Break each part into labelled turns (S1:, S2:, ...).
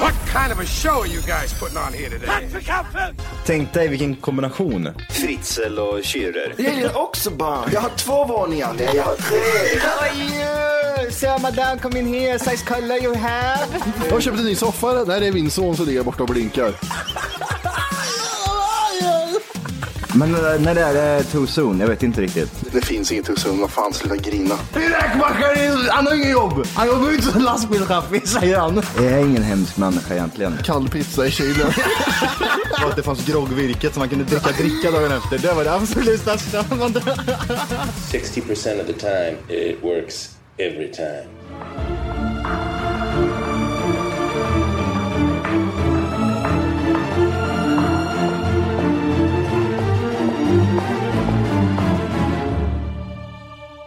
S1: What kind of a show are you guys putting on here today?
S2: Tänk dig vilken kombination.
S3: Fritzl och Schürrer.
S4: Jag gillar också barn. Jag har två våningar. Nej, jag har tre.
S5: How are you? Sir, madame, come in here. Size color you have.
S6: Jag köpte en ny soffa. Nej, det är min son som ligger borta och blinkar.
S2: Men eh, när det är eh, too soon, jag vet inte riktigt.
S6: Det finns inget hos honom. Vad fan, sluta grina. Min räkmackare, han har inget jobb. Han jobbar ju inte som lastbilschaffis, säger han.
S2: Jag är ingen hemsk människa egentligen.
S6: Kall pizza i kylen.
S2: Och att det fanns groggvirket som man kunde dricka dricka dagen efter. Det var det absolut största.
S3: 60% of the time, it works every time.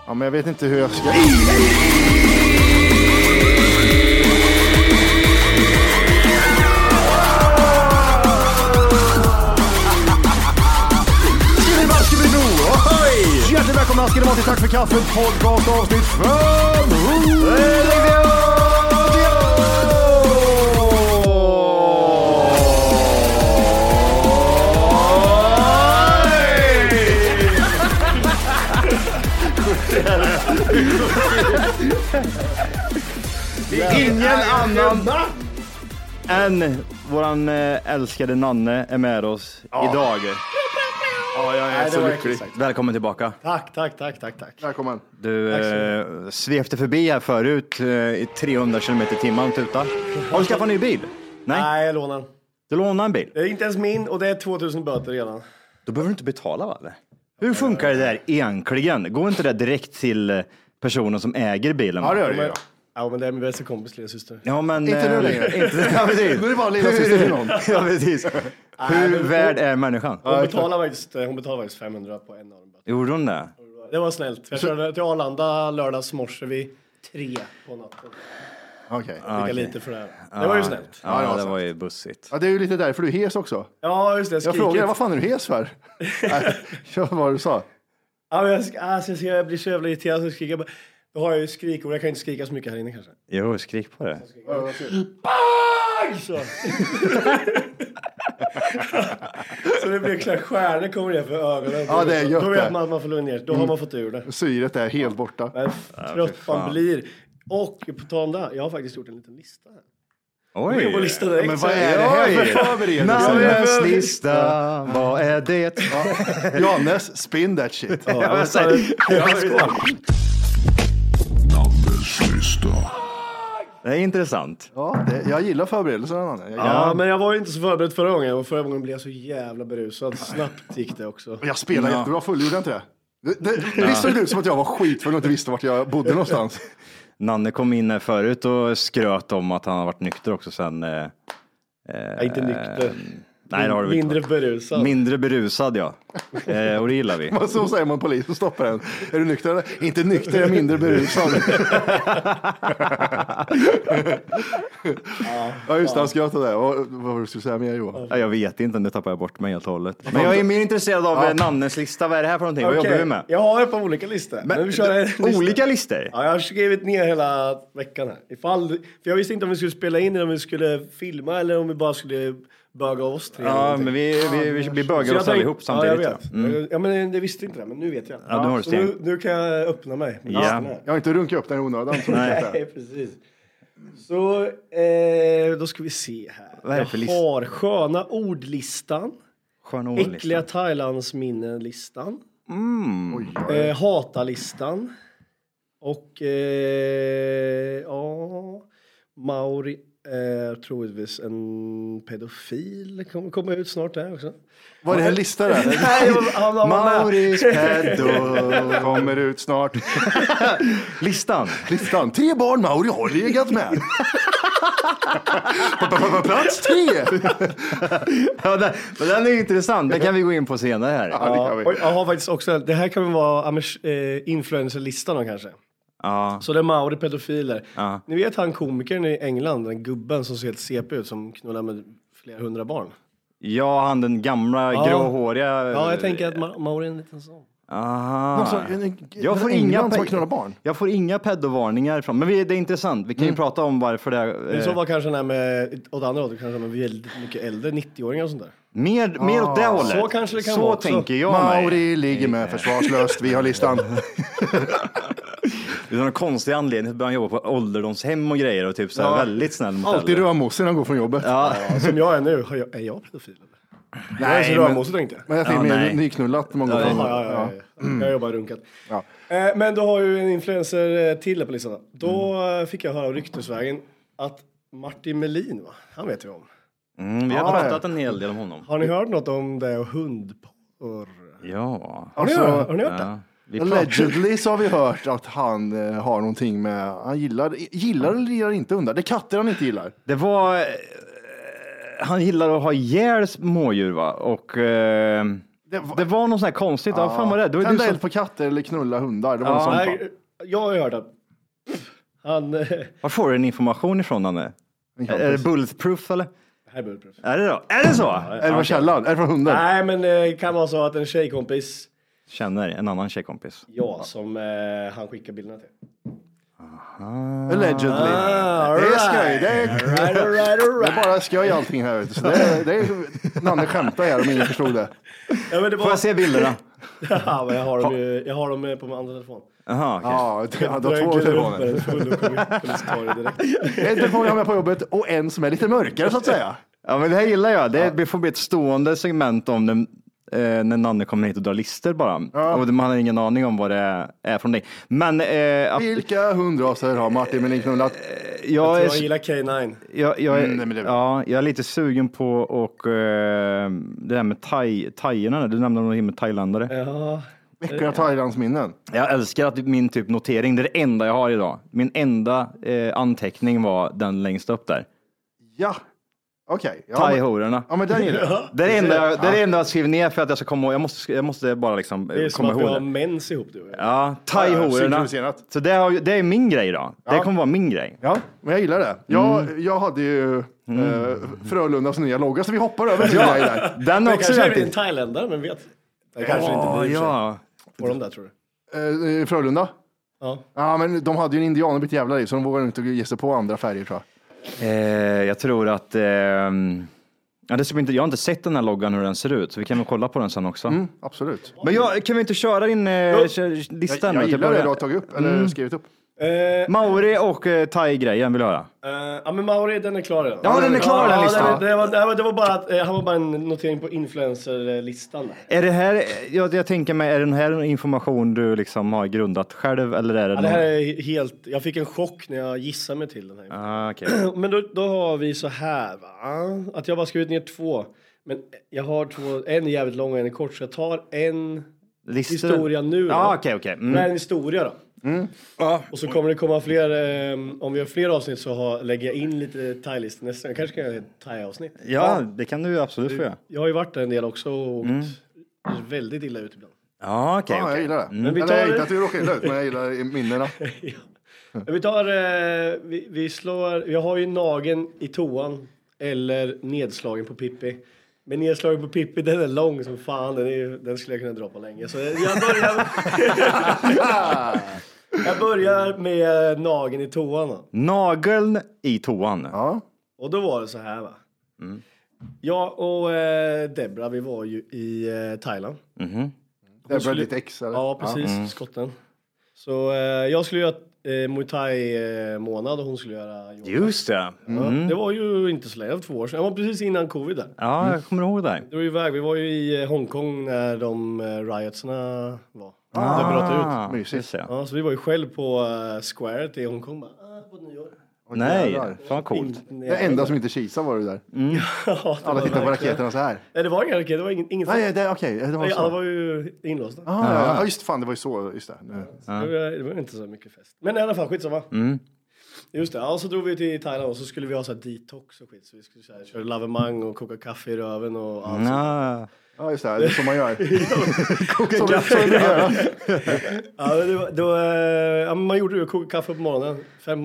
S6: Ja, men jag vet inte hur jag ska...
S2: Hjärtligt välkomna ska ni vara till Tack för kaffet podcast avsnitt 500! Ingen annan än våran eh, älskade Nanne är med oss idag.
S6: Ja, jag är så lycklig.
S2: Välkommen tillbaka.
S7: Tack, tack, tack, tack, tack.
S6: Välkommen.
S2: Du eh, svepte förbi här förut eh, i 300 km i timmen tuta. Har du skaffat en ny bil? Nej.
S7: Nej, jag lånar den.
S2: Du lånar en bil.
S7: Det är inte ens min och det är 2000 böter redan.
S2: Då behöver du inte betala va? eller? Hur funkar det där egentligen? Går inte det direkt till eh, personen som äger bilen? va?
S6: Ja, det gör det ju.
S7: Ja, men det är min bästa kompis lilla syster.
S2: Ja, men,
S6: Inte nu
S2: eh,
S6: längre.
S2: Inte, ja, precis.
S6: Då är det bara lilla syster till någon.
S2: ja, precis. Hur värd är människan?
S7: Hon betalar faktiskt, eh, hon betalar faktiskt 500 på en av dem.
S2: Gjorde hon det?
S7: Det var snällt. Jag körde till Arlanda lördags morse vid tre på natten.
S6: Okej.
S7: Fick jag lite för det här. Det var ju snällt.
S2: Ja,
S6: det var
S2: det var ju bussigt.
S6: Ja, det är ju lite därför du är hes också.
S7: Ja, just det.
S6: Jag
S7: Skriket.
S6: frågade dig, vad fan är du hes för? Nej, Kör vad du sa.
S7: Ja, men jag, sk- alltså, jag, ska, jag blir så jävla irriterad så jag skriker. bara. Då har jag ju skrikord. Jag kan inte skrika så mycket här inne kanske.
S2: Jo, skrik på det.
S7: Aj, Så. så det blir klart stjärnor kommer ner för ögonen.
S6: Ja, det är gött
S7: Då
S6: det. Mm.
S7: vet man att man får lugna ner sig. Då har man fått ur det.
S6: Syret är helt borta.
S7: Men trött man blir. Och på tal om det, jag har faktiskt gjort en liten lista. här.
S2: Oj!
S7: På listan direkt.
S6: Men vad är det här för
S2: Nannes
S6: förberedelse?
S2: lista, vad är det?
S6: Johannes, spin that shit.
S7: Ja, men så är det- Skål.
S2: Det är intressant.
S6: Ja, det, jag gillar förberedelserna, Nanne. Jag,
S7: Ja, men jag var ju inte så förberedd förra gången och förra gången blev jag så jävla berusad. Snabbt gick det också.
S6: jag spelar jättebra full, gjorde jag inte det? det, det visst såg det ut som att jag var skitfull och inte visste vart jag bodde någonstans?
S2: Nanne kom in här förut och skröt om att han har varit nykter också sen. Eh, eh,
S7: Jag är inte nykter.
S2: Ehm, nej, det har du väl inte
S7: Mindre
S2: varit.
S7: berusad.
S2: Mindre berusad ja. Eh, och det gillar vi.
S6: Och så säger man polis och stoppar en. Är du nykter eller? Inte nykter, jag är mindre berusad. ja, just det, han skrattade där. Och, vad var det du skulle säga mer Johan?
S2: Ja, Jag vet inte, nu tappar jag bort mig helt och hållet. Men jag är mer intresserad av eh, Nannes lista. Vad är det här för någonting? Vad
S7: Okej,
S2: jobbar vi med?
S7: Jag har ett par olika listor. Men, vi kör en lista.
S2: Olika listor?
S7: Ja, jag har skrivit ner hela veckan här. Ifall, för jag visste inte om vi skulle spela in eller om vi skulle filma eller om vi bara skulle böga av oss tre. eller
S2: Ja,
S7: någonting.
S2: men vi, vi, vi, vi bögar
S7: Så jag
S2: oss
S7: tänkte-
S2: allihop samtidigt.
S7: Ja,
S2: Ja, Mm.
S7: jag vet. Ja, men det visste inte det, men nu vet jag.
S2: Ja, nu har du
S7: Så
S2: sten.
S7: nu, nu kan jag öppna mig. med
S2: Ja.
S7: listorna här.
S6: Jag har inte runkat upp den i onödan. tror jag.
S7: Nej, precis. Så eh, då ska vi se här.
S2: Vad är det för
S7: Jag
S2: list-
S7: har sköna ordlistan.
S2: Sköna
S7: Äckliga
S2: ordlistan.
S7: Thailandsminnen-listan.
S2: Mm.
S7: Eh, Hata-listan. Och eh, ja, Mauri är troligtvis en pedofil. Kommer komma ut snart där också.
S6: Var det en lista där?
S7: Nej, han- han var med.
S6: Mauris Peddo kommer ut snart.
S2: Listan.
S6: Listan. Tre barn Mauri har legat med. P- p- p- Plats tre.
S2: Ja, den, men den är ju intressant. Den kan vi gå in på senare här.
S6: Ja, det kan vi.
S7: Och jag har faktiskt också, det här kan väl vara amers- eh, influencerlistan då kanske.
S2: Ja.
S7: Så det är Mauri pedofiler.
S2: Ja.
S7: Ni vet han komikern i England, den gubben som ser helt CP ut som knullar med flera hundra barn.
S2: ja, han den gamla
S7: Ja.
S2: gråhåriga.
S7: Ja, jag tänker att Ma- Mauri är en liten sån.
S2: Aha.
S6: Alltså, en- en-
S2: jag, får
S6: en
S2: inga
S6: England som
S2: pe-
S6: knullar barn.
S2: jag får inga peddovarningar från, men vi, det är intressant. Vi kan
S7: Mm.
S2: ju prata om varför det.
S7: Men
S2: Eh,
S7: så var kanske den här med, åt andra hållet, kanske med väldigt mycket äldre, 90-åringar och sånt där.
S2: mer, mer åt det hållet.
S7: Så kanske det kan
S2: Så
S7: vara också.
S2: tänker jag mig.
S6: Mauri ligger med försvarslöst. Vi har listan.
S2: Utan någon konstig anledning så började han jobba på ålderdomshem och grejer och typ så här
S6: Ja.
S2: väldigt snäll mot
S6: Alltid
S2: äldre.
S6: rödmosig när han går från jobbet.
S7: Ja, som jag är nu, har jag, är jag pedofil? eller? jag är
S6: Nej,
S7: så
S6: men,
S7: rödmosig tänkte jag.
S6: men jag
S2: Ja,
S6: fick mer
S2: nej.
S6: nyknullat många
S7: Ja,
S6: gånger.
S7: ja, ja, ja. Jag har bara runkat.
S6: Ja.
S7: Eh, Men du har ju en influencer eh, till där på listan. Då eh, fick jag höra av ryktesvägen att Martin Melin, va? han vet vi om.
S2: Mm, vi har
S6: Ja.
S2: pratat en hel del om honom.
S7: Har ni hört något om det och hundporr?
S2: Ja.
S7: Har ni,
S6: Alltså,
S7: hört, har ni hört det?
S2: ja. Vi pratar-
S6: Allegedly så har vi hört att han eh, har någonting med, han gillar, gillar eller gillar inte hundar. Det är katter han inte gillar.
S2: Det var... eh, Han gillar att ha ihjäl smådjur va? Och... Eh, det, var, det var något sånt här konstigt. Ja, fan var det? Det var ju du
S6: Tända
S2: som...
S6: eld på katter eller knulla hundar. Det var
S2: Ja.
S6: en sån
S7: Nej,
S6: fan.
S7: jag har ju hört att han... eh,
S2: Var får du din information ifrån Anne?
S6: En
S2: Är det
S6: kompis.
S2: bulletproof eller?
S7: Här blir det prov.
S2: Är det då? Är det så?
S6: Är det från källan? Är det från hundar?
S7: Nej, men det kan vara så att en tjejkompis,
S2: Känner en annan tjejkompis.
S7: ja, som eh, han skickar bilderna till.
S6: Allegedly.
S7: Ah,
S6: Det är skoj. Det är,
S7: Right, all right, all
S6: det
S7: right.
S6: är bara skoj allting här ute. Så det är, det är, Nanne skämtar här om ingen förstod det.
S7: Ja, men det
S2: Får
S7: var...
S2: jag se bilderna?
S7: ja, men jag, har dem ju, jag har dem eh, på min andra telefon.
S2: Jaha, okej.
S6: Ja, det, ja, du
S7: Jag
S6: har två
S7: glömde
S6: telefoner.
S7: den full och kom in på Listorg direkt.
S6: En telefon jag har med på jobbet och en som är lite mörkare så att säga.
S2: Ja, men det här gillar jag. Det, det får bli ett stående segment om den, eh, när Nanne kommer hit och drar lister bara. Och man har ingen aning om vad det är från dig. Men eh, att,
S6: Vilka hundraser har Martin Melin knullat?
S2: jag, är,
S7: Jag gillar K9.
S2: jag, jag, är-
S6: Mm, nej, men det-
S2: ja, jag är lite sugen på och, eh, det här med thai- thaierna. där. Du nämnde någonting med thailändare.
S7: Ja,
S6: Veckor av Thailandsminnen.
S2: Jag älskar att min typ notering, det är det enda jag har idag. Min enda eh, anteckning var den längst upp där.
S6: Ja, okej. Ja, men-
S2: Thai-hororna.
S6: ja, men den gillar jag.
S2: Det är det enda jag, det är det enda jag skriver ner för att jag ska komma ihåg. Jag måste, jag måste bara liksom
S7: det
S2: eh,
S7: är som
S2: komma
S7: att vi
S2: ihåg
S7: har
S2: det.
S7: mens ihop du och jag.
S2: Ja, thai-hororna.
S6: synkroniserat.
S2: Så det, har, ju- det är min grej då. Det kommer vara min grej.
S6: Ja, men jag gillar det. Jag, jag hade ju eh, Frölundas nya logga, så vi hoppar över till dig där.
S2: Den är
S7: Det
S2: också
S7: kanske är en
S2: jävligt.
S7: thailändare, men vet. Det kanske inte
S2: Ja,
S7: bryr sig
S2: ja.
S7: på de där tror du.
S6: Eh, eh, Frölunda?
S7: Ja.
S6: Ja, men de hade ju en indian och bytte jävlar i, så de vågade inte ge sig på andra färger tror jag.
S2: Eh, jag tror att... Eh, ja, det ska inte, jag har inte sett den här loggan hur den ser ut, så vi kan väl kolla på den sen också.
S6: Mm, absolut.
S2: Men jag, kan vi inte köra in eh, kö- listan?
S6: Jag,
S2: då
S6: jag
S2: till
S6: gillar det
S2: början?
S6: du har tagit upp, eller skrivit upp.
S7: Eh,
S2: Mauri och eh, thai-grejen vill jag höra.
S7: Eh, ja men Mauri den är klar redan.
S2: Ja, den är klar, den listan.
S7: Det, det, var, det, var, det var bara att, eh, han var bara en notering på influencerlistan. där.
S2: Är det här, jag, jag tänker mig, är den här någon information du liksom har grundat själv eller är det,
S7: Ja, det här är helt, jag fick en chock när jag gissade mig till den här.
S2: Ah, okej.
S7: Men då, då har vi så här va, att jag bara skrivit ner två. Men jag har två, en är jävligt lång och en är kort så jag tar en
S2: Listor.
S7: historia nu då.
S2: Ja, okej, okej. Mm.
S7: Nej, en historia då. Och så kommer det komma fler, eh, om vi har fler avsnitt så har, lägger jag in lite thai-listor nästa gång. Jag kanske kan göra ett thai-avsnitt.
S2: Ja, det kan du ju absolut få göra.
S7: Jag har ju varit där en del också och åkt väldigt illa ut ibland.
S2: Ja, okej.
S6: Ja, jag
S2: okej. Mm.
S6: gillar det.
S7: Mm. Men vi
S6: Eller
S7: tar-
S6: inte att du råkar illa ut, men jag gillar minnena.
S7: Men Vi tar, eh, vi, vi slår, jag har ju nagen i toan eller nedslagen på Pippi. Men nedslagen på Pippi, den är lång som fan, den, är, ju- den skulle jag kunna dra på länge. Så jag börjar, jag börjar med nagen i toan då.
S2: Nageln i toan.
S6: Ja.
S7: Och då var det så här va. Jag och eh, Debra, vi var ju i eh, Thailand.
S6: Det blev
S7: skulle-
S6: lite ex, eller?
S7: Ja, precis. Skotten. Så eh, jag skulle göra eh, muay thai-månad och hon skulle göra yoga.
S2: Just det.
S7: Ja,
S2: Mm.
S6: Mhm.
S7: det var ju inte så länge, det var två år sedan. Det var precis innan covid där.
S2: Ja, jag kommer ihåg det.
S7: Det var ju iväg, vi var ju i eh, Hongkong när de eh, riotsarna var. Ah, det bröt ut.
S2: Mysigt.
S7: Ja, så vi var ju själv på eh, squaret i Hongkong bara, ah, på nyår.
S2: Nej,
S6: jävlar.
S2: fan coolt.
S6: Det enda som inte kisar var det där.
S7: Mm. Ja, det
S6: Alla
S7: var
S6: tittar på
S7: verkligen-
S6: raketerna så här.
S7: Nej, det var inga raketer, det var ing- inget.
S6: Nej, det, okej. Det var
S7: Nej, alla
S6: så.
S7: var ju inlåsta.
S6: Ah, ja, ja, just fan, det var ju så. Just det. Nu.
S7: Det, var, det var inte så mycket fest. Men i alla fall, skitsamma.
S6: Mm.
S7: Just det, ja, och så drog vi till Thailand och så skulle vi ha så här detox och skit. Så vi skulle så här, köra lavemang och koka kaffe i röven och allt sånt.
S2: Ja.
S6: Ja, just det. Det är så man gör. Koka
S7: ja, men det var, det var, eh, ja, men Man gjorde det, koka kaffe på morgonen, fem på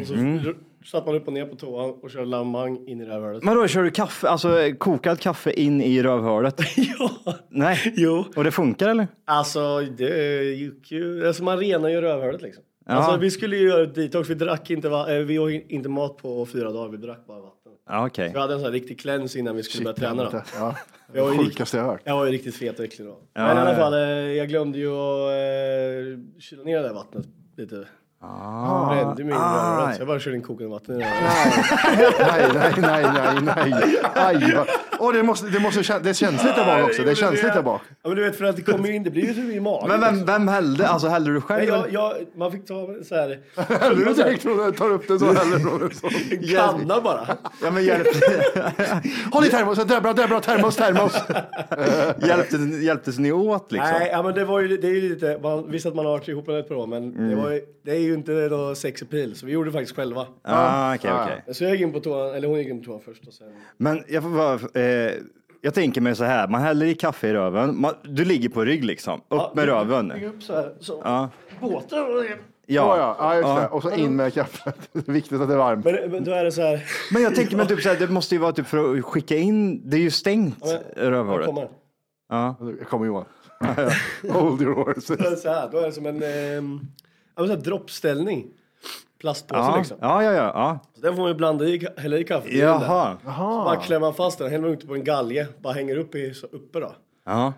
S7: Och så
S6: Mm.
S7: r- satt man upp och ner på toan och körde lavemang in i rövhålet.
S2: Men då kör du kaffe, alltså eh, kokad kaffe in i rövhålet?
S7: ja,
S2: Nej.
S7: jo.
S2: Och det funkar eller?
S7: Alltså, det gick ju... Alltså, man renar ju rövhålet liksom. Alltså, vi skulle ju göra ett detox. Vi drack inte, va- eh, vi åt inte mat på fyra dagar. Vi drack bara vatten.
S2: Ja, okej.
S7: Vi hade en sån här riktig cleanse innan vi skulle börja träna. Då.
S6: Ja.
S7: Jag, var ju rikt,
S6: Sjukaste jag hört.
S7: jag var ju riktigt fet och äcklig då. Men i alla fall, eh, jag glömde ju att eh, kyla ner det där vattnet lite. Ah, Brände mig i rövhålet.
S2: Ah.
S7: Så jag bara körde in kokande vatten i rövhålet.
S6: Nej, nej, nej, nej, nej. Aj, vad- Åh, det, måste, det, måste, kän- det är känsligt där bak också. Det är känsligt där bak.
S7: Ja, men du vet, för att det kommer ju in, det blir ju så i magen.
S2: Men vem, vem hällde? Alltså hällde du själv?
S7: Nej,
S2: eller?
S7: jag, jag, man fick ta så här,
S6: Häller du direkt från den, tar upp den så häller du den så.
S7: kanna bara.
S2: Ja, men hjälp,
S6: Håll i termosen, Debra, Debra, termos, termos.
S2: hjälptes, hjälptes ni åt liksom?
S7: Nej, ja, men det var ju, det är ju lite, man, visst att man har varit ihop ett par år, men det, var ju, det är ju inte någon sex appeal, så vi gjorde det faktiskt själva.
S2: Ah, okej, okej.
S7: Så jag gick in på toan, eller hon gick in på toan först och sen...
S2: Men jag får bara, eh, jag tänker mig så här, man häller i kaffe i röven, man, du ligger på rygg liksom, upp med
S7: Jag
S2: röven.
S7: gick upp så här, så.
S2: Ja.
S7: Båten och det-
S6: Ja,
S2: Ja.
S6: ja, ja, just det. Och så in med kaffet. Det är viktigt att det är varmt.
S7: men, men då är det så här,
S2: Men jag tänker mig typ så här, det måste ju vara typ för att skicka in, det är ju stängt
S7: jag
S2: rövhålet.
S7: kommer.
S6: Jag kommer Johan. Hold your horses.
S7: Då är det så här, då är det som en, ehm, ja, men så här droppställning. Plastpåse
S2: Ja,
S7: liksom.
S2: ja, ja, ja. ja.
S7: Så den får man ju blanda i, hälla i kaffet. i den där.
S2: Jaha.
S7: Så bara klämmer man fast den, häller man ut på en galge, bara hänger upp i, så uppe då.
S2: Ja,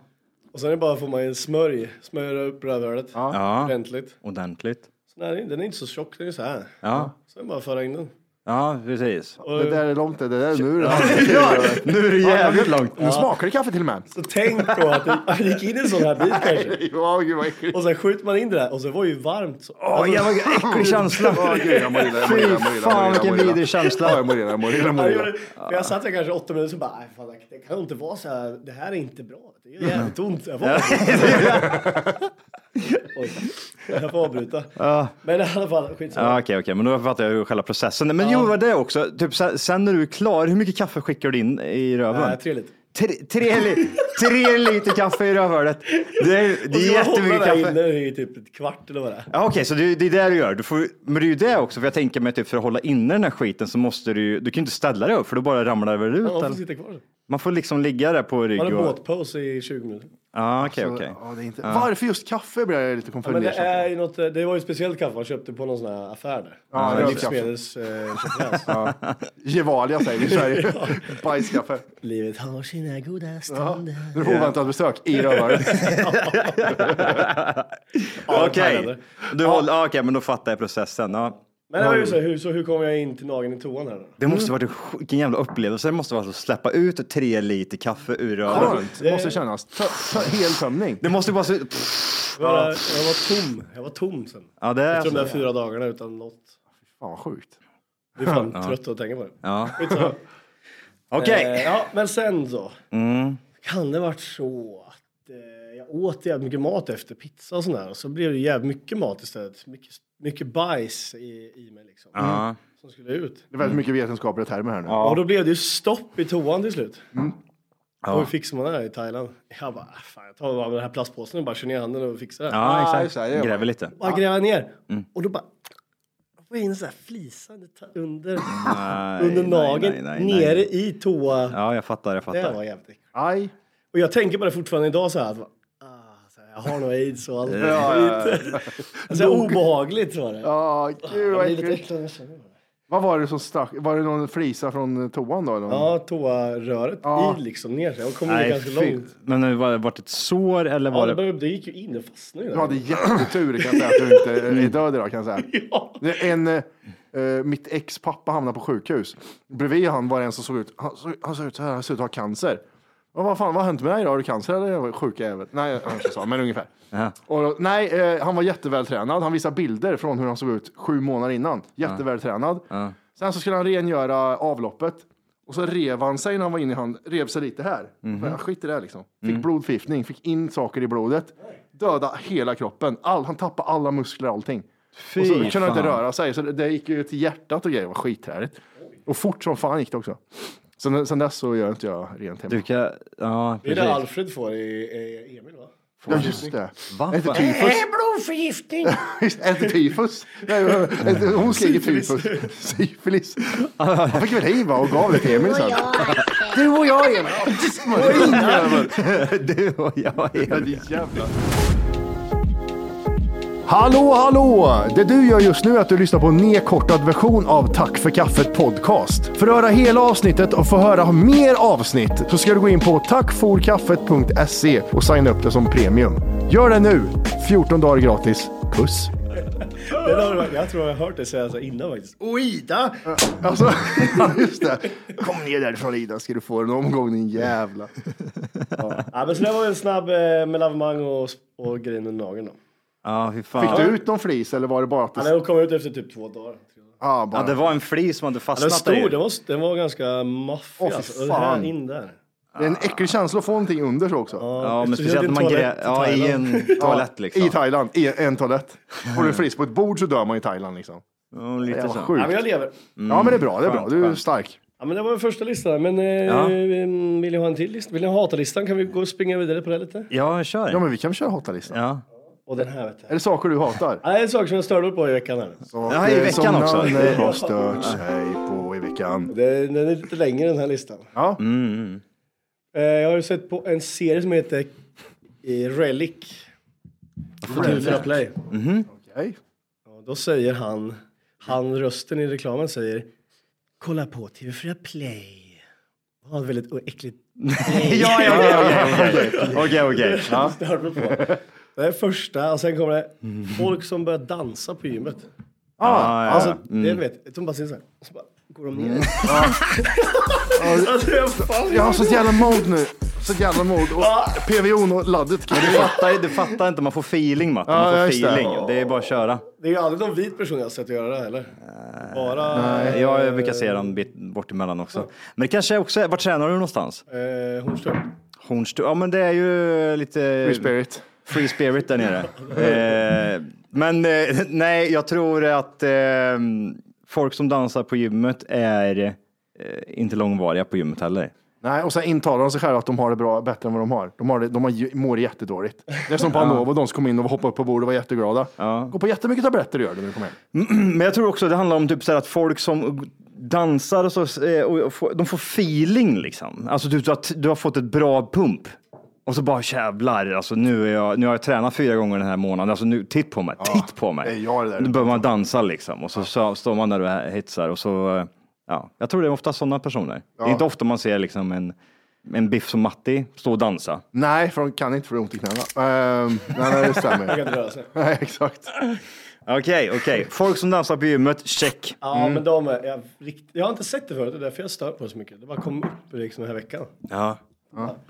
S7: Och sen är det bara får man ju en smörj, smörja upp rövhålet
S2: ja.
S7: ordentligt.
S2: Ordentligt.
S7: Så nej, den är inte så tjock, den är så här.
S2: Ja,
S7: Sen bara föra in den.
S2: ja, precis.
S6: Det där är långt, det där är nu.
S2: Nu är det jävligt långt.
S6: Nu smakar det kaffe till och med.
S7: Så tänk då att det- att det gick in en sån här bit kanske.
S6: Ja, gud vad äckligt.
S7: Och sen skjuter man in det där och så var det ju varmt. Så.
S2: Åh, jävla äcklig känsla.
S6: Åh, gud, jag mår illa, jag mår illa, jag mår illa,
S2: Fy
S6: jag
S2: fan,
S6: mår illa, jag
S2: vilken
S6: mår illa.
S2: vidrig känsla.
S6: Ja, jag mår illa, jag mår illa, jag mår
S2: Mm.
S7: Jag,
S6: illa.
S7: gjorde, för jag satt där kanske åtta minuter och så bara, "Nej, fan, det kan ju inte vara så här. Det här är inte bra. Det gör jävligt ont. Jag får avbryta. Oj, jag får avbryta. Men i alla fall, skitsamma.
S2: Ja, okej, okej, men då fattar jag ju själva processen. Men jo, vad det är också. Typ sen, sen när du är klar, hur mycket kaffe skickar du in i röven?
S7: Nej, tre liter.
S2: tre, tre, li, tre liter kaffe i rövhålet. Det är, det
S7: Och
S2: är
S7: så man håller
S2: jättemycket
S7: där
S2: kaffe.
S7: inne i typ ett kvart eller vad det är.
S2: Ja, Okej, så det, det är det du gör. Du får, men det är ju det också, för jag tänker mig typ för att hålla inne den här skiten så måste du ju, du kan ju inte ställa dig upp för då bara ramlar det väl ut.
S7: Man får
S2: eller?
S7: sitta kvar.
S2: Man får liksom ligga där på rygg.
S7: Man har
S2: och-
S7: båtpose i 20 minuter.
S2: Ja, okej, okej.
S6: Ja, det är inte... Varför just kaffe blir jag lite
S7: Ja, men det,
S6: konfunderad.
S7: är ju något, det var ju speciellt kaffe man köpte på någon sån här affär där.
S6: Ja, det är
S7: Livsmedels... Eh, köpgräs.
S6: Gevalia säger vi i Sverige. Bajskaffe.
S7: Livet har sina goda stunder.
S6: Nu får oväntat besök i rövaren.
S7: Ja,
S2: Okej,
S7: Thailand.
S2: Du håller- ja, okej, men då fattar jag processen. Ja.
S7: Men det var ju så, hur, så hur kom jag in till nageln i toan här då?
S2: Det måste varit en sjuk- vilken jävla upplevelse det måste vara alltså att släppa ut tre liter kaffe ur röven.
S6: Skönt, måste kännas. Tö- tö- Hel tömning.
S2: Det måste bara se ut. Pff,
S7: Jag var, jag var tom. Jag var tom sen.
S2: Ja, det är
S7: Efter de där
S2: alltså.
S7: fyra dagarna utan något.
S6: Fan vad sjukt.
S7: Det är fan trött att tänka på det.
S2: Ja.
S7: Skitsamma.
S2: Okej.
S7: Eh, ja, men sen då.
S2: Mm.
S7: Kan det varit så att eh, jag åt jävligt mycket mat efter pizza och sån där. Och så blev det jävligt mycket mat istället. Mycket, mycket bajs i, i mig liksom.
S2: Ja.
S7: Som skulle ut.
S6: Det är väldigt mycket vetenskapliga termer här nu.
S7: Och då blev det ju stopp i toan till slut.
S2: Mm.
S7: Och hur fixar man det här i Thailand? Jag bara, "Ah, fan jag tar bara den här plastpåsen och bara kör ner handen och fixar det.
S2: Ja, Mm.
S6: just det, det
S2: exakt.
S6: gör
S2: Gräver lite.
S7: Bara gräva ner. Och då bara... Jag får in så här flisande ta- under,
S2: Nej,
S7: under
S2: nej,
S7: nageln,
S2: nej, nej, nej.
S7: nere i toa.
S2: Ja, jag fattar, jag
S7: Det
S2: fattar.
S7: var jävligt äckligt.
S6: Aj.
S7: Och jag tänker på det fortfarande idag så här. Att, ah, så här jag har nog aids och allt. Ja, alltså, obehagligt var det.
S6: Ja, gud
S7: Jag
S6: vad
S7: blir lite
S6: äckligt.
S7: äcklad när jag känner det.
S6: Vad var det som stack? Var det någon flisa från toan då? Eller?
S7: Ja, toaröret
S6: Ja.
S7: i liksom ner sig. Och kom ner
S2: Nej,
S7: ganska
S2: fy.
S7: långt.
S2: Men var det varit ett sår eller
S7: Ja,
S2: var
S7: det,
S2: det...
S7: började, det gick ju in, det fastnade ju
S6: Du hade
S7: där.
S6: jättetur kan jag säga att du inte är död idag kan jag säga. Det är En, eh, mitt ex pappa hamnade på sjukhus. Bredvid han var det en som såg ut, han såg, han såg ut så här, han såg ut att ha cancer. Och vad fan, vad har hänt med dig då? Har du cancer eller är du sjuk jävel? Nej, han kanske sa, men ungefär. Och, då- nej, eh, han var jättevältränad. Han visade bilder från hur han såg ut sju månader innan. Jättevältränad. Sen så skulle han rengöra avloppet. Och så rev han sig när han var inne i hand, rev sig lite här.
S2: Mhm.
S6: Men Skit i det här liksom. Fick
S2: Mm.
S6: blodförgiftning, fick in saker i blodet. Döda hela kroppen. All, han tappade alla muskler och allting. och så kunde han inte röra sig. Så det, det gick ju till hjärtat och grejer. Det var skithärligt. Och fort som fan gick det också. Sen, sen dess så gör inte jag rent hemma.
S2: Du kan... Ja,
S7: Det är det
S2: precis.
S7: Alfred får i, i Emil va?
S6: Ja, just det.
S2: Va?
S6: Äter tyfus.
S7: blodförgiftning!
S6: Äter tyfus. Nej, äter- Hon skrek tyfus. Syfilis. Han fick väl hiv va, och gav det till Emil sen. Du och jag Emil.
S2: Du och jag.
S6: Ja, din jävla- Hallå, hallå! Det du gör just nu är att du lyssnar på en nedkortad version av Tack för kaffet podcast. För att höra hela avsnittet och få höra mer avsnitt så ska du gå in på tackforkaffet.se och signa upp det som premium. Gör det nu! 14 dagar gratis. Puss!
S7: Den har, du- jag tror jag har hört det sägas innan faktiskt. Och Ida!
S6: Alltså, just det. Kom ner därifrån Ida ska du få en omgång din jävla.
S7: Ja, men så det var en snabb eh, med lavemang och, och grejen med nageln då.
S2: Ja, fy fan.
S6: Fick du ut någon flis eller var det bara att
S7: Ja,
S6: det...
S7: den kom ut efter typ två dagar.
S6: Ah,
S2: Ja, det
S6: bara.
S2: var en flis som hade
S7: Den
S2: fastnat
S7: stod,
S2: där
S7: den
S2: ju.
S7: var, den var ganska maffig
S6: Åh, fy
S7: alltså. Och det här
S6: fan.
S7: in där.
S6: Det är en äcklig känsla att få någonting under sig också.
S2: Ja, men
S7: Speciellt i
S2: speciellt
S7: en
S2: när man
S7: toalett
S2: gräver...
S7: i
S2: Ja, i en
S7: Thailand.
S2: toalett
S6: I
S2: liksom.
S6: Thailand, i en toalett. Får du flis på ett bord så dör man i Thailand liksom.
S2: Ja, lite
S6: Jävla
S2: så.
S7: Ja, men
S6: sjukt.
S7: jag lever.
S6: Ja men det är bra, det är bra. Du är
S2: Mm, skönt.
S6: stark.
S7: Ja, men det var den första listan, men eh,
S2: Ja.
S7: eh, vill ni ha en till lista? Vill ni ha hatlistan? Kan vi gå och springa vidare på det lite?
S2: Ja,
S6: Ja
S2: kör.
S6: men vi kan väl köra hotalistan.
S2: Ja.
S7: Och den här vet du.
S6: Är det saker du hatar?
S7: Ja, det är en sak som jag störde mig på i veckan här.
S2: Ja, i veckan
S6: som
S2: också. Mm.
S6: Nanne har stört sig på i veckan.
S7: Det- Den är lite längre den här listan.
S6: Ja.
S7: Eh, Jag har ju sett på en serie som heter eh, Relic. På TV4 Play.
S6: Okej.
S7: Och då säger han, han rösten i reklamen säger Kolla på TV4 Play. Han har ett väldigt äckligt
S2: Ja, ja, okej, okej, okej. Okej, okej. Ja.
S7: stör mig på. Det är första och sen kommer det folk som börjar dansa på gymmet.
S2: Ja, ja,
S7: Alltså,
S2: ja.
S7: det vet, de bara ser så här. Och så bara går de ner. alltså, jag fan,
S6: Jag har sånt jävla mod nu. Sånt jävla mod. Och PVO'n och laddet. Kan du fatta?
S2: Fattar ju- Du fattar inte, man får feeling Matte. Man
S6: Ja,
S2: får
S6: just det.
S2: feeling. Det är bara att köra.
S7: det är ju aldrig någon vit person jag har sett göra det heller. Bara
S2: Ja, jag brukar se dem bit- bort emellan också. Men det kanske också är, vart tränar du någonstans?
S7: eh, Hornstull.
S2: Hornstull? Ja, men det är ju lite...
S6: Free spirit.
S2: Free spirit där nere. eh, men eh, nej, jag tror att eh, folk som dansar på gymmet är eh, inte långvariga på gymmet heller.
S6: Nej, och sen intalar de sig själva att de har det bra, bättre än vad de har. De, har det, de har, ju- mår jättedåligt. Det är som Panova, de som kom in och hoppade upp på bordet och var jätteglada. Går på jättemycket tabletter gör du när du kommer hem.
S2: Men jag tror också det handlar om typ så här att folk som dansar och så, eh, och och får- de får feeling liksom. Alltså du, du, har, du har fått ett bra pump. Och så bara jävlar, alltså nu, är jag, nu har jag tränat fyra gånger den här månaden. Alltså nu, titt på mig, titt på
S6: det är
S2: mig.
S6: jag det där.
S2: Nu börjar man dansa liksom. Och så, så står man där och hetsar och så, eh, ja. Jag tror det är ofta sådana personer. Det är inte ofta man ser liksom en, en Biff som Matti stå och dansa.
S6: Nej, för de kan inte för det är ont i knäna. Um, nej, nej, det
S7: Jag kan
S6: stämmer.
S7: inte röra sig.
S6: nej, exakt.
S2: Okej, okej. Folk som dansar på gymmet, check.
S7: Ja, men de är, jag, rikt, jag har inte sett det förut, det är därför jag stör på det så mycket. Det bara kom upp liksom den här veckan.
S2: Ja.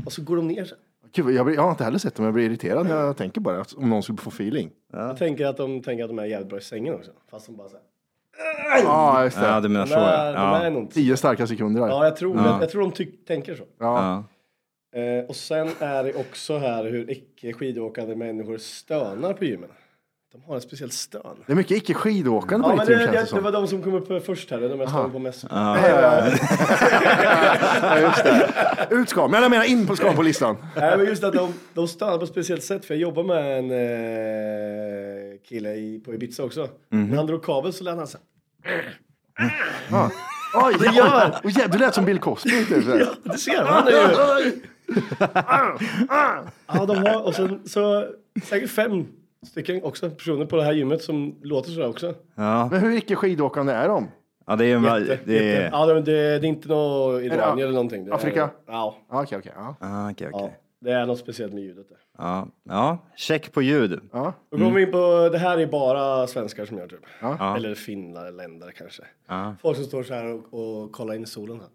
S7: Och så går de ner.
S6: Gud, jag, blir, jag har inte heller sett dem, jag blir irriterad när jag tänker bara om någon skulle få feeling.
S7: Jag tänker att de tänker att de är jävligt bra i sängen också. Fast de bara såhär,
S6: Ja, just det.
S2: Ja, du menar så
S7: de
S2: ja.
S7: är, de är
S2: ja.
S7: någonting.
S6: Tio starka sekunder där.
S7: Ja, jag tror, Jag, jag tror de ty- tänker så.
S2: ja.
S7: Eh, och sen är det också här hur icke skidåkande människor stönar på gymmen. De har ett speciellt stön.
S6: Det är mycket icke skidåkande på
S7: Ja,
S6: ditt gym
S7: men
S6: känns
S7: det,
S6: det
S7: det, det
S6: som.
S7: var de som kom upp eh, först här, det är de jag stör på mest.
S6: Ut ska, men jag menar in på skam på listan.
S7: Nej, men just att de, de stönar på ett speciellt sätt. För jag jobbar med en eh, kille i, på Ibiza också.
S6: Mhm.
S7: När han drog kabel så lät han så här.
S6: Oj, det gör! Oj, jä- du lät som Bill Cosby. Typ. Ja.
S7: "Ah, Det ser man det ju! ja, de har, och sen så säkert fem stycken också personer på det här gymmet som låter sådär också.
S6: Men hur icke skidåkande är de?
S2: Ja, det är en...
S7: Jätte,
S2: det
S7: jätte.
S2: är...
S7: Ja, det, det, det är inte något Iran eller någonting. Det är-
S6: Afrika?
S7: Ja.
S6: Ja, Okej, okej. ja.
S2: Ah, okej, okej.
S7: Det är något speciellt med ljudet. där.
S2: Ja. ja, check på ljud.
S6: Ja.
S7: Då kommer vi in på, det här är bara svenskar som gör typ.
S2: Mm. Ja.
S7: Eller finnar, ländare kanske.
S2: Ja.
S7: Folk som står så här och, och kollar in i solen här.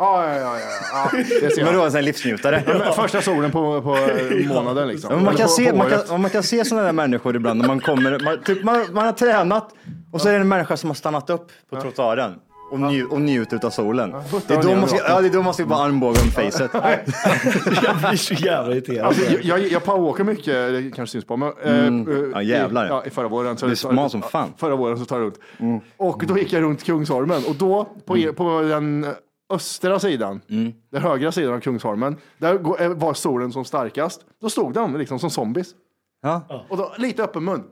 S6: Ja, ja, ja, ja. ja. Det ser jag.
S2: Men då är en livsnjutare.
S6: Ja, men Första solen på, på månaden liksom.
S2: Ja, men man,
S6: Eller
S2: kan
S6: på,
S2: se,
S6: på
S2: man,
S6: året.
S2: kan, och man kan se sådana där människor ibland när man kommer. Man, typ, man, man har tränat och så är det en människa som har stannat upp på trottoaren och, nju, och njuter av solen. Det är, då man ska, ja, det är då man ska bara armbåga om facet.
S7: Jag blir så jävla irriterad.
S6: Alltså, jag, jag, jag powerwalkar mycket, det kanske syns på mig. Eh, eh,
S2: Mm. Ja, jävlar.
S6: I, ja, i förra våren. Så
S2: Du är
S6: det tar-
S2: smal som fan. Mm.
S6: Förra våren så tar jag runt. Och då gick jag runt Kungsholmen och då på, er- på den östra sidan,
S2: Mm.
S6: den högra sidan av Kungsholmen, där gå- eh, var solen som starkast. Då stod de liksom som zombies.
S2: Ja.
S6: Och då, lite öppen mun.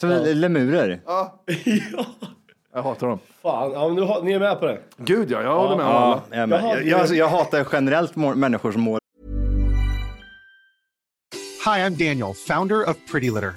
S2: Som lemurer.
S7: ja,
S6: Jag hatar dem.
S7: fan. Ja, men nu, har- ni är med på det.
S6: Gud ja, jag håller med om alla.
S2: Ja, jag, med. jag, jag, alltså, jag hatar generellt må- människor som mår
S8: Hi, I'm Daniel, founder of Pretty Litter.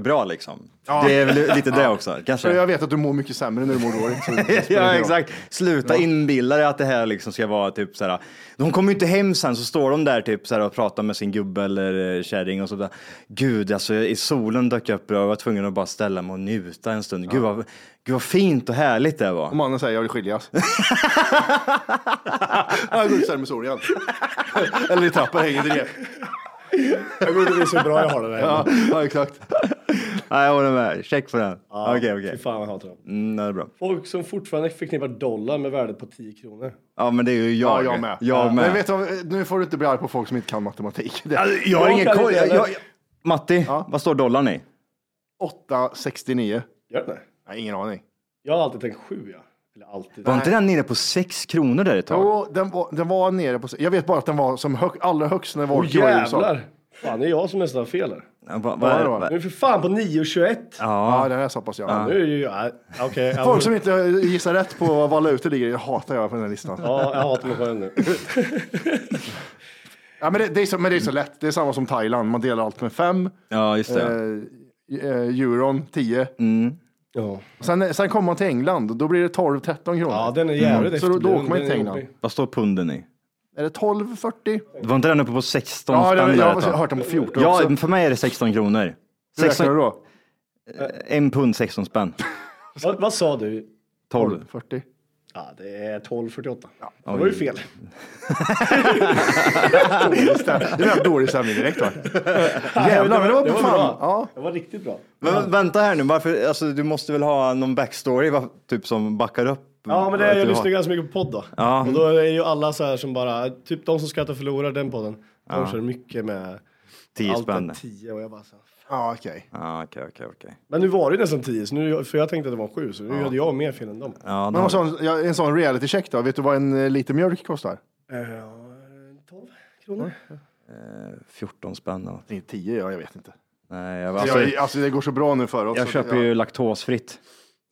S2: bra liksom.
S6: Ja.
S2: Det är väl lite det också, kanske.
S6: Jag vet att du mår mycket sämre när du mår dåligt. så det spelar ingen
S2: ja,
S6: roll.
S2: exakt. Sluta inbilla dig att det här liksom ska vara typ så här. De kommer ju inte hem sen så står de där typ så här och pratar med sin gubbe eller eh, kärring och sådär. Gud, alltså i solen dök jag upp och jag var tvungen att bara ställa mig och njuta en stund. Gud, vad, gud vad fint och härligt det var.
S6: Och mannen säger jag vill skiljas. jag går ut sen med solen igen. Eller i trappan, hänger inte det.
S7: Jag går inte visa hur bra jag har det där.
S6: Ja, ja, exakt.
S2: Nej, jag håller med. Check på den. Okej, okej.
S7: Fy fan, jag hatar dem.
S2: Mm, det är bra.
S7: Folk som fortfarande förknippar dollar med värdet på 10 kronor.
S2: Ja, men det är ju
S6: Ja,
S2: jag.
S6: jag med.
S2: Jag med.
S6: Men vet du, vad, nu får du inte bli arg på folk som inte kan matematik. Det-
S2: Alltså, jag har
S7: Jag
S2: ingen
S7: kan
S2: koll.
S7: inte
S2: Jag,
S7: heller.
S2: jag, Matti, vad står dollarn i?
S6: 8,69.
S7: Gör den det?
S6: Nej, ingen aning.
S7: Jag har alltid tänkt 7, ja. Eller alltid.
S2: Var inte den nere på 6 kronor där ett tag?
S6: Jo, den var, den var nere på... Jag vet bara att den var som hög, allra högst när
S7: Åh
S6: Volker var i USA.
S7: jävlar! Fan, det är jag som nästan har fel här.
S2: Ja, va,
S6: Ja, det
S2: va,
S6: var.
S2: va,
S7: Nu är vi för fan på 9,21.
S6: Ja,
S2: ja.
S6: det är så pass jag.
S7: Nu är det ju... nej, Okej. ja,
S6: Folk som inte eh, gissar rätt på vad valutor ligger i, det hatar jag på den här listan. Ja.
S7: Ja, jag hatar mig själv nu.
S6: men, det, det är så, men det är så lätt. Det är samma som Thailand. Man delar allt med fem.
S2: ja, just det.
S6: Eh, eh, euron 10.
S7: Ja,
S6: Sen, sen kommer man till England och då blir det 12-13 kronor.
S7: ja den är jävligt
S6: Mm. Så då, då
S7: efterbliven.
S6: åker man inte till
S7: Den är
S6: England.
S7: jobbig.
S2: Vad står punden i?
S6: Är det 12-40?
S2: Var inte den uppe på 16
S6: Ja, det-
S2: spänn
S6: jag
S2: där
S6: har
S2: ett tag?
S6: hört den på 14
S2: Ja,
S6: också.
S2: för mig är det 16 kronor.
S6: Hur räknar du
S2: 16,
S6: då?
S2: en pund 16 spänn.
S7: Vad, vad sa du?
S2: 12.
S6: 40.
S7: Ja, det är 12.48. det var ju fel.
S6: Dålig stämning. Det var dålig stämning direkt va? Jävlar, men det var på fan.
S7: bra.
S6: Ja.
S7: Det var riktigt bra.
S2: Men vänta här nu, varför, alltså, du måste väl ha någon backstory va, typ som backar upp?
S7: Mm. Ja, men det,
S2: att
S7: jag
S2: du
S7: lyssnar
S2: har-
S7: ganska mycket på podd då.
S2: Ja.
S7: Och då är ju alla så här som bara, typ de som skrattar förlorar den podden. De kör mycket med
S2: 10
S7: allt
S2: spänn.
S7: är 10 och jag bara så här,
S6: Ja, okej.
S2: Ja, okej, okej, okej.
S7: Men nu var det ju nästan 10, så nu, för jag tänkte att det var 7, så nu hade jag mer fel än dem.
S2: Ja,
S6: Men
S2: då-
S6: en sån, ja, en sån reality check då? Vet du vad en eh, liter mjölk kostar?
S7: Eh, 12 kronor?
S2: 14 spänn. och-
S6: Nej, 10, ja, jag vet inte.
S2: Nej, jag,
S6: Alltså,
S2: alltså,
S6: jag, alltså det går så bra nu för oss.
S2: jag
S6: Så-
S2: köper
S6: ja.
S2: ju laktosfritt.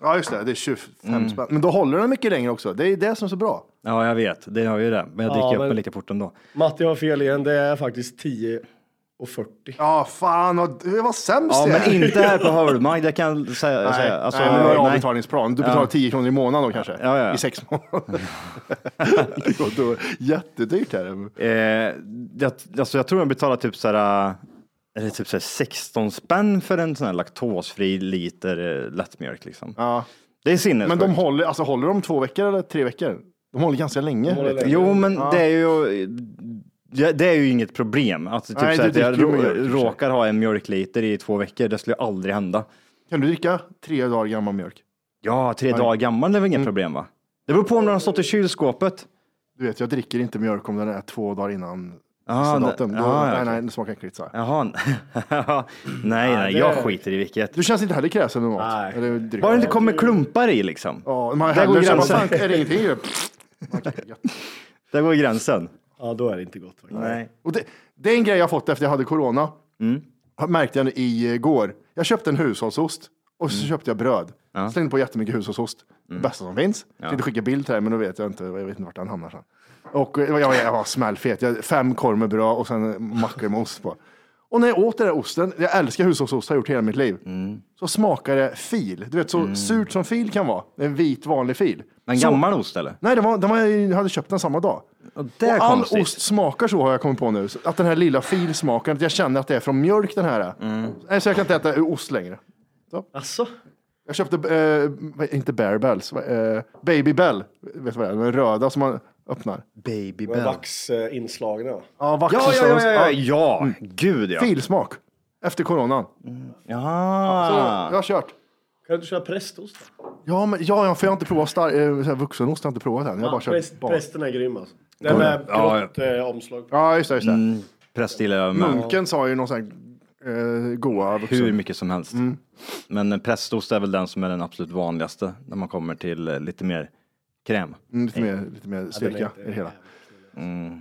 S6: Ja, just det. Det är 25 spänn. Men då håller den mycket längre också. Det är det som är så bra.
S2: Ja, jag vet. Det har ju det. Men jag
S7: Ja,
S2: dricker upp
S7: men-
S2: den lika fort ändå.
S7: Matti har fel igen, det är faktiskt 10 och 40.
S6: Ja, fan vad, vad sämst
S2: Ja,
S6: jag är.
S2: men inte här på Hörmark. Det kan jag säga.
S6: Nej,
S2: säga. Alltså,
S6: nej, men du har ju
S2: nej.
S6: avbetalningsplan. Du betalar 10 kronor i månaden då kanske?
S2: Ja, ja.
S6: I sex månader. det låter jättedyrt här.
S2: Eh, jag, alltså jag tror jag betalar typ så här, är det typ så här 16 spänn för en sån här laktosfri liter eh, lättmjölk liksom.
S6: Ja.
S2: Det är sinnes.
S6: Men de håller, alltså, håller de två veckor eller tre veckor? De håller ganska länge.
S2: Jo, men
S6: Ja.
S2: det är ju... ja, Det är ju inget problem. Att typ
S6: Nej,
S2: så här,
S6: du
S2: att jag
S6: dricker ju mjölk i och
S2: rå-
S6: för sig.
S2: råkar ha en mjölkliter i två veckor, det skulle aldrig hända.
S6: Kan du dricka tre dagar gammal mjölk?
S2: Ja, tre dagar gammal det är väl inget
S6: Mm.
S2: problem va? Det beror på om den har stått i kylskåpet.
S6: Du vet, jag dricker inte mjölk om den är två dagar innan
S2: Ah,
S6: sista
S2: det-
S6: datum. Då,
S2: ah, ja,
S6: nej,
S2: okej.
S6: nej, det smakar äckligt så här.
S2: Jaha. nej, nej,
S6: det-
S2: jag skiter i vilket.
S6: Du känns inte heller kräsen normalt. Eller dryck.
S2: Bara det inte kommer klumpar i liksom.
S6: Ja,
S2: Där
S6: man häller
S2: går
S6: så här, vad fan,
S2: gränsen.
S6: är det ingenting i det?
S2: Där går gränsen.
S7: Ja, då är det inte gott. faktiskt.
S2: Nej.
S6: Och det, det är en grej jag fått efter jag hade corona. Jag Märkte jag igår. Jag köpte en hushållsost och så köpte jag bröd. Slängde på jättemycket hushållsost. Bästa som finns. Jag tänkte skicka bild till dig, men då vet jag inte, jag vet inte vart den hamnar sen. Och eh, jag, var- jag var smällfet. Jag, fem korv med bröd och sen mackor med ost på. Och när jag åt den där osten, jag älskar hushållsost, har jag gjort hela mitt liv. Så smakar det fil. Du vet så surt som fil kan vara. En vit vanlig fil.
S2: En
S6: Så-
S2: gammal ost eller?
S6: Nej, den var, den var, jag hade köpt den samma dag.
S2: det är
S6: Och all
S2: konstigt.
S6: ost smakar så har jag kommit på nu. Så Att den här lilla filsmaken, att jag känner att det är från mjölk den här.
S2: Mm.
S6: Nej, Så jag kan inte äta ost längre. Så.
S7: Asså?
S6: Jag köpte, eh, vad- inte Bear Bells, vad- eh, Baby Bell. Vet du vad det är? Den röda som man öppnar.
S2: Baby
S7: Med Vaxinslagna. va?
S6: Ja, vax
S2: Ja, ja, ja, ja, ja.
S6: ja.
S2: ja. gud ja.
S6: Filsmak. Efter coronan. Så
S2: Ja.
S6: jag har kört.
S7: Kan du inte köra prästost? då?
S6: Ja, men, ja, ja, för jag har inte provat star- eh, så här vuxenost, jag har inte provat än. Jag har bara
S7: Ja,
S6: kört
S7: präst,
S6: barn.
S7: prästen är grym alltså. Den med
S2: Ja,
S7: grått eh, omslag.
S6: Ja, just det. Just det.
S2: Mm. Präst gillar
S6: Mm.
S2: jag med.
S6: Munken sa ju någon sån här eh, goa vuxen.
S2: Hur mycket som helst. Men eh, prästost är väl den som är den absolut vanligaste när man kommer till eh, lite mer kräm.
S6: Mm, lite, mer, lite mer styrka i det hela.
S2: Mm.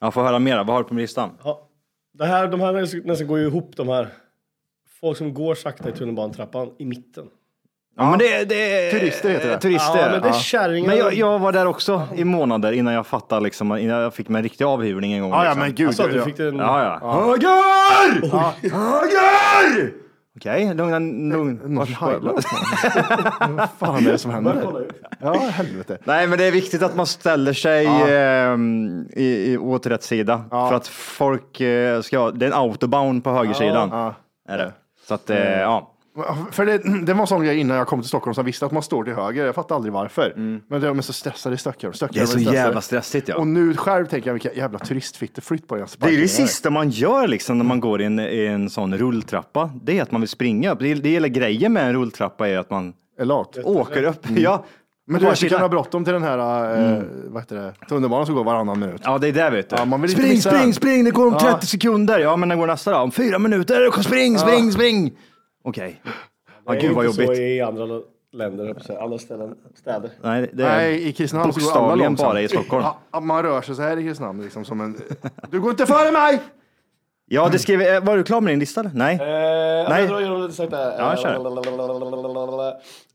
S2: jag får höra mera. Vad har du på listan?
S7: Det här, de här nästan, nästan går ju ihop de här. Folk som går sakta i tunnelbanetrappan i mitten.
S2: Ja, men det, det,
S6: Turister heter det.
S2: Eh, Turister.
S7: Ja, men det är kärringar.
S2: Men jag, jag var där också i månader innan jag fattade, liksom, innan jag fick mig en riktig avhyvling en gång.
S6: Ja, ja,
S2: liksom.
S6: men gud, Alltså, du ja.
S7: fick den-
S2: Ja, ja.
S6: Ja.
S2: Höger!
S6: Ja.
S2: Höger! Okej, lugna, lugna.
S6: Vad fan är det som händer?
S7: Kolla ut.
S6: Ja, helvete.
S2: Nej, men det är viktigt att man ställer sig ehm, i, i, åt rätt sida. För att folk eh, ska, det är en autobahn på högersidan.
S6: Ja.
S2: Är det. Så att, eh, ja.
S6: För det, det var en sån grej innan jag kom till Stockholm som visste att man står till höger. Jag fattar aldrig varför. Men de är så stressade i Stockholm. Stockholm
S2: Det är
S6: är
S2: så
S6: stressade.
S2: jävla stressigt ja.
S6: Och nu själv tänker jag vilka jävla turistfitteflytt på den
S2: Det är ju det sista man gör liksom när man går i en, i en sån rulltrappa. Det är att man vill springa upp. Det, det hela grejen med en rulltrappa är att man
S6: Är lat.
S2: åker upp. Ja.
S6: Men du
S2: Bara
S6: vet, vi kan
S2: chilla.
S6: ha bråttom till den här eh,
S2: Mm.
S6: vad heter det? tunnelbanan som går varannan minut.
S2: Ja, det är där vet du.
S6: Ja, man vill inte
S2: spring,
S6: missa
S2: spring,
S6: den.
S2: spring, det går om
S6: Ja.
S2: 30 sekunder. Ja, men när går nästa då? Om fyra minuter, spring, spring, spring. Okej. Ja,
S7: Det är
S2: gud vad
S7: inte
S2: jobbigt.
S7: så i andra länder, höll jag på att säga. andra ställen, städer.
S2: Nej, det är
S6: Nej, i Kristinehamn så går alla
S2: bokstavligen
S6: långsamt.
S2: bara i Stockholm.
S6: Ja, ja, man rör sig så här i Kristinehamn liksom som en... Du går inte före mig!
S2: Ja, det skrev, eh, var du klar med din lista? eller? Nej.
S7: Eh,
S2: Nej.
S7: Nej. Jag drar igenom lite sakta.
S2: Ja, kör.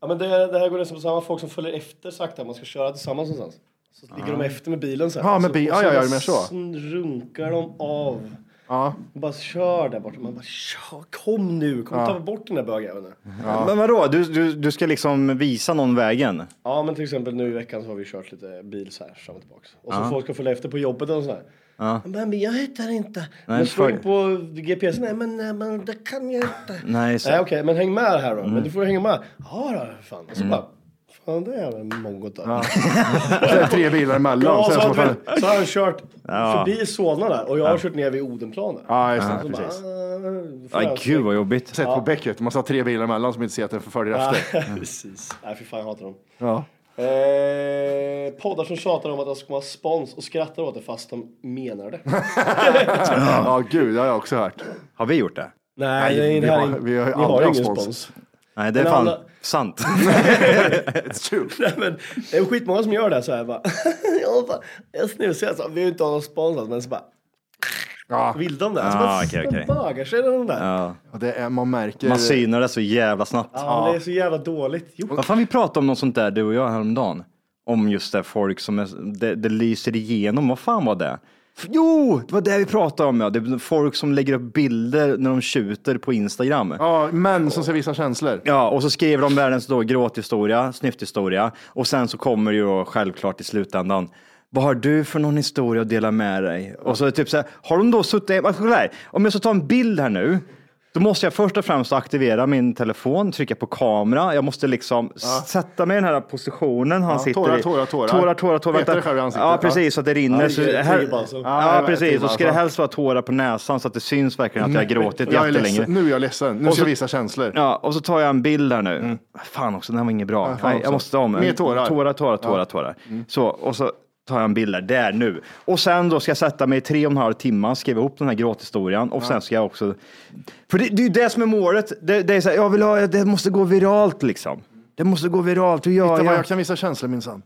S7: Ja, men det, det här går nästan på samma. Folk som följer efter sakta. Man ska köra tillsammans någonstans. Så ligger de efter med bilen så här.
S6: Ja, med
S7: Så-
S6: bil-
S7: och
S6: ja, ja, ja, men så.
S7: sen runkar de av.
S6: Ja.
S7: Bara kör där borta. Man bara kör. Kom nu. Kom ta bort den där bögjäveln. nu.
S2: Men vadå, du, du, du ska liksom visa någon vägen?
S7: Ja, men till exempel nu i veckan så har vi kört lite bil så här fram och tillbaka. Och så
S2: Ja.
S7: folk ska följa efter på jobbet och sådär.
S2: Ja.
S7: Men men jag hittar inte.
S2: Nej,
S7: men slår
S2: följ.
S7: in på GPS. Nej, men, nej, men det kan jag inte.
S2: Nej, så.
S7: Nej okej, men häng med här då. Men du får ju hänga med. Ja då, fan. Och så bara, fan det är en mongo där. Ja,
S6: Så är det tre bilar emellan.
S7: ja
S6: så, är
S7: så,
S6: det
S7: har
S6: som att-
S7: du, så har jag kört
S2: Ja.
S7: förbi Solna där och jag har kört ner vid "Ah, Odenplan där.
S6: Ja, just det.
S7: Och så
S6: Precis.
S7: bara,
S2: Aj, gud vad jobbigt.
S6: Sett på bäcket, man har tre bilar emellan som inte ser att den förföljer
S7: Ja,
S6: efter.
S7: precis. Nej fy fan jag hatar dem.
S6: Ja.
S7: Eh, poddar som tjatar om att de ska ha spons och skrattar åt det fast de menar det.
S6: ja, gud, det har jag också hört.
S2: Har vi gjort det?
S7: Nej, det är
S6: vi
S7: det här
S6: har-
S7: är-
S6: vi har ju
S7: ni
S6: aldrig
S7: ingen
S6: spons.
S2: Nej, det är
S7: Men
S2: fan
S7: alla-
S2: sant.
S6: It's true.
S7: Nej, men, det är skitmånga som gör det så här bara. jag, bara, jag snusar jag så här, vi vill inte ha någon spons alltså, men så bara.
S6: Ja.
S7: Vill de det? Alltså,
S2: Ah,
S7: så bara,
S2: okej, okej.
S7: De bagar sig de där.
S2: Ja.
S6: Och det är, man märker...
S2: Man synar det så jävla snabbt.
S7: Ja, det är så jävla dåligt gjort.
S2: Vad fan, vi pratade om något sånt där du och jag häromdagen. Om just det folk som är, det, det lyser igenom. Vad fan var det? Jo, det var det vi pratade om. Ja. Det är folk som lägger upp bilder när de tjuter på Instagram.
S6: Ja, män som ska visa känslor.
S2: Ja, och så skriver de världens då gråthistoria, snyfthistoria och sen så kommer ju då självklart i slutändan vad har du för någon historia att dela med dig? Och så är det typ så här, har de då suttit, alltså, kolla här, om jag ska ta en bild här nu Då måste jag först och främst aktivera min telefon, trycka på kamera. Jag måste liksom s- sätta mig i den här positionen han
S6: Ja,
S2: sitter
S6: tårar,
S2: i.
S6: tårar, tårar.
S2: Tårar, tårar, tårar.
S6: Petar
S2: Vänta.
S6: dig själv i ansiktet,
S2: Ja,
S6: ja.
S2: precis. Så att det rinner.
S6: Ja,
S2: så,
S6: det är
S2: här,
S6: typ alltså. Ja,
S2: ja,
S6: det är
S2: precis.
S6: typ
S2: Så ska det
S6: alltså. Mm.
S2: helst vara tårar på näsan så att det syns verkligen att jag har gråtit
S6: jag är
S2: jättelänge.
S6: ledsen. Nu är jag ledsen. Nu
S2: Och
S6: ska
S2: så-
S6: jag visa känslor.
S2: Ja, och så tar jag en bild där nu. Fan också, den här var inget bra.
S6: Mm. Ja, fan
S2: Nej,
S6: också.
S2: jag måste om.
S6: Mer tårar.
S2: Tårar, tårar,
S6: Ja. Mm.
S2: tårar, tårar. Så, och så tar jag en bild där, där nu. Och sen då ska jag sätta mig i tre och en halv timme, skriva ihop den här gråthistorien och sen ska jag också... För det, det är ju det som är målet. Det, det är så här, jag vill ha, det måste gå viralt liksom. Det måste gå viralt. Hur gör
S6: Titta vad
S2: jag?
S6: jag kan visa känslor minsann.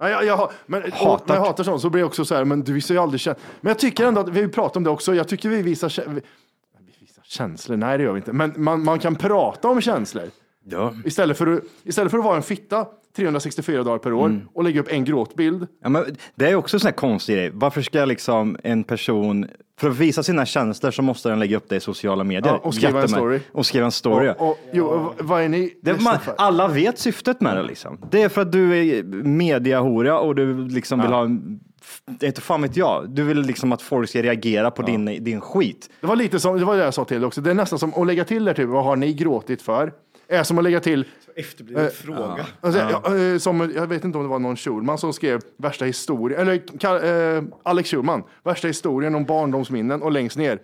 S6: Ja, jag, jag, har- men,
S2: Hatar-
S6: och, när jag hatar sånt så blir jag också så här, men du visar ju aldrig känslor. Men jag tycker ändå att, vi pratar om det också, jag tycker vi visar, kä- vi, vi visar känslor. Nej, det gör vi inte. Men man, man kan prata om känslor.
S2: Ja.
S6: Istället, för, att- istället för att vara en fitta 364 dagar per år och lägga upp en gråtbild.
S2: Mm. Ja, men det är också en sån här konstig grej. Varför ska liksom en person, för att visa sina känslor så måste den lägga upp det i sociala medier.
S6: Ja, och skriva en
S2: Jättemär-
S6: story.
S2: Och skriva en story.
S6: Och, och, jo, och vad är ni
S2: Det,
S6: ledsna
S2: man,
S6: för?
S2: alla vet syftet med det liksom. Det är för att du är mediahora och du liksom vill ha en, det är inte fan vet jag, du vill liksom att folk ska reagera på din, din skit.
S6: Det var lite som, det var det jag sa till dig också, det är nästan som att lägga till där typ, vad har ni gråtit för? Är som att lägga till
S7: Efterbliven
S6: Eh,
S7: fråga.
S6: Alltså, jag, eh, som, jag vet inte om det var någon Schulman som skrev värsta historien, eller Ka- eh, Alex Schulman, värsta historien om barndomsminnen och längst ner,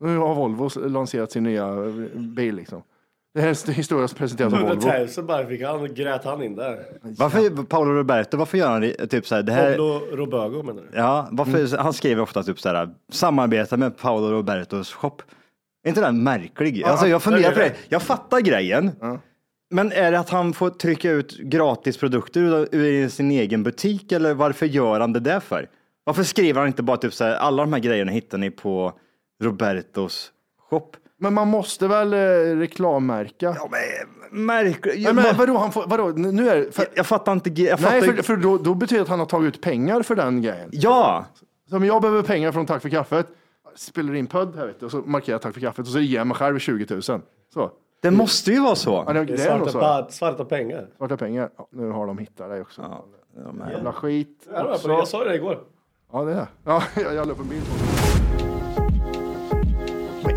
S6: nu har Volvo s- lanserat sin nya eh, bil liksom. Det här är en historia som presenteras av
S7: 100
S6: Volvo.
S7: 000 bara fick han, grät han in där.
S2: Varför, Paolo Roberto, varför gör han det- typ så här, det här,
S7: Pablo Robago menar du?
S2: ja, varför, han skriver ofta typ så här, samarbeta med Paolo Robertos shop. Är inte den märklig?
S6: Ja,
S2: Alltså jag funderar
S6: det
S2: på
S6: är
S2: det,
S6: det.
S2: jag fattar grejen. Men är det att han får trycka ut gratisprodukter ur- ur sin egen butik eller varför gör han det där för? Varför skriver han inte bara typ så här, alla de här grejerna hittar ni på Robertos shop?
S6: Men man måste väl eh, reklammärka? Ja,
S2: men, märk,
S6: Nej, men vadå, han får, vadå, nu är det- för,
S2: Jag fattar inte. Jag fattar
S6: Nej, för,
S2: inte-
S6: för då, då betyder det att han har tagit ut pengar för den grejen.
S2: Ja!
S6: Som jag behöver pengar från Tack för kaffet, spelar in podd här vet du, och så markerar jag Tack för kaffet och så ger jag mig själv 20 000. Så.
S2: Det måste ju vara så.
S6: Ja, det,
S7: Det är
S6: det är nog
S7: svarta,
S6: så.
S7: pa- svarta pengar.
S6: Svarta pengar. Ja, nu har de hittat dig också. Ja,
S2: de
S6: Jävla skit.
S7: Ja, det var
S6: också.
S7: bra. Jag sa ju det igår.
S6: Ja, det är det. Ja, jag jag la upp en bild på Men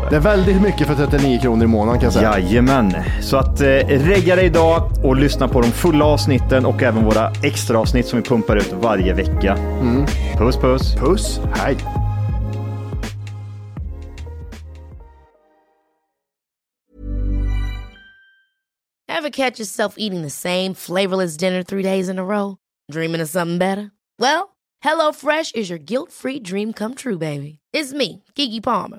S2: det.
S6: Det är väldigt mycket för 39 kronor i månaden kan jag säga.
S2: Jajamän, så att eh, regga dig idag och lyssna på de fulla avsnitten och även våra extra avsnitt som vi pumpar ut varje vecka.
S6: Mm.
S2: Puss puss!
S6: Puss, hej!
S9: Ever catch yourself eating the same flavorless dinner three days in a row? Dreaming of something better? Well, HelloFresh is your guilt-free dream come true, baby. It's me, Gigi Palmer.